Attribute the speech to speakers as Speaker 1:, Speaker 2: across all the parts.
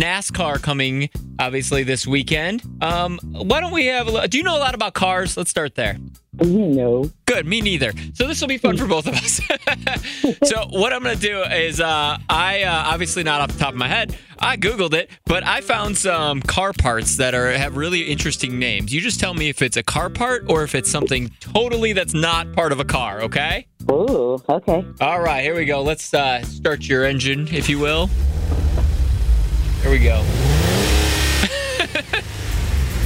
Speaker 1: NASCAR coming obviously this weekend. Um, why don't we have a lo- Do you know a lot about cars? Let's start there.
Speaker 2: No.
Speaker 1: Good, me neither. So this will be fun for both of us. so what I'm gonna do is, uh, I uh, obviously not off the top of my head, I googled it, but I found some car parts that are have really interesting names. You just tell me if it's a car part or if it's something totally that's not part of a car. Okay.
Speaker 2: Ooh, okay.
Speaker 1: All right, here we go. Let's uh, start your engine, if you will. Here we go.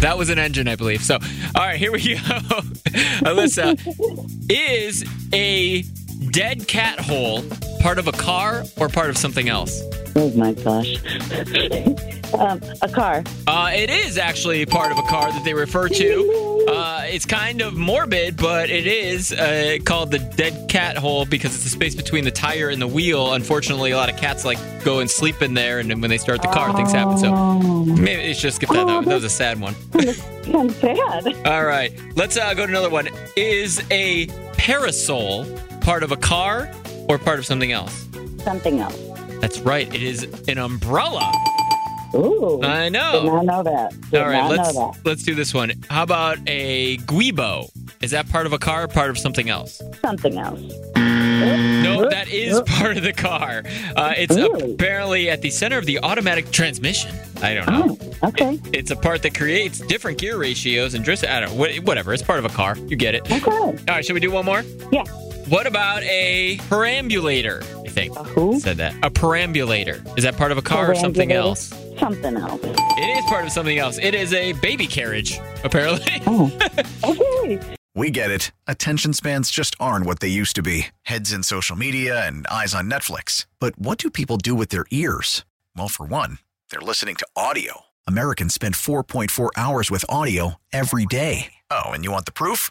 Speaker 1: that was an engine, I believe. So, all right, here we go. Alyssa, is a dead cat hole part of a car or part of something else?
Speaker 2: Oh my gosh. um, a car.
Speaker 1: Uh, it is actually part of a car that they refer to. Uh, it's kind of morbid, but it is uh, called the dead cat hole because it's the space between the tire and the wheel. Unfortunately, a lot of cats like go and sleep in there, and then when they start the car, things happen. So
Speaker 2: Oh,
Speaker 1: maybe it's just skip that. That, that was a sad one.
Speaker 2: kind of Um, sad.
Speaker 1: All right, let's uh, go to another one. Is a parasol part of a car or part of something else?
Speaker 2: Something else.
Speaker 1: That's right. It is an umbrella.
Speaker 2: Ooh.
Speaker 1: I
Speaker 2: did
Speaker 1: know.
Speaker 2: not know that. Did
Speaker 1: All right,
Speaker 2: not
Speaker 1: let's
Speaker 2: know
Speaker 1: let's do this one. How about a guibo? Is that part of a car, or part of something else?
Speaker 2: that. Something else.
Speaker 1: No, that is part of the car. Uh, it's
Speaker 2: Mm-hmm. Really?
Speaker 1: apparently at the center of the automatic transmission. I don't know.
Speaker 2: Oh, okay.
Speaker 1: It's a part that creates different gear ratios and drift. I don't know. wha- Whatever. It's part of a car. You get it. All
Speaker 2: Okay.
Speaker 1: right. Should we do one more?
Speaker 2: Yeah.
Speaker 1: What about a perambulator? I think
Speaker 2: A who?
Speaker 1: said that. A perambulator. Is that part of a car or something
Speaker 2: Perambulator.
Speaker 1: else?
Speaker 2: Something else.
Speaker 1: It is part of something else. It is a baby carriage, apparently.
Speaker 2: Oh. okay.
Speaker 3: We get it. Attention spans just aren't what they used to be heads in social media and eyes on Netflix. But what do people do with their ears? Well, for one, they're listening to audio. Americans spend 4.4 hours with audio every day. Oh, and you want the proof?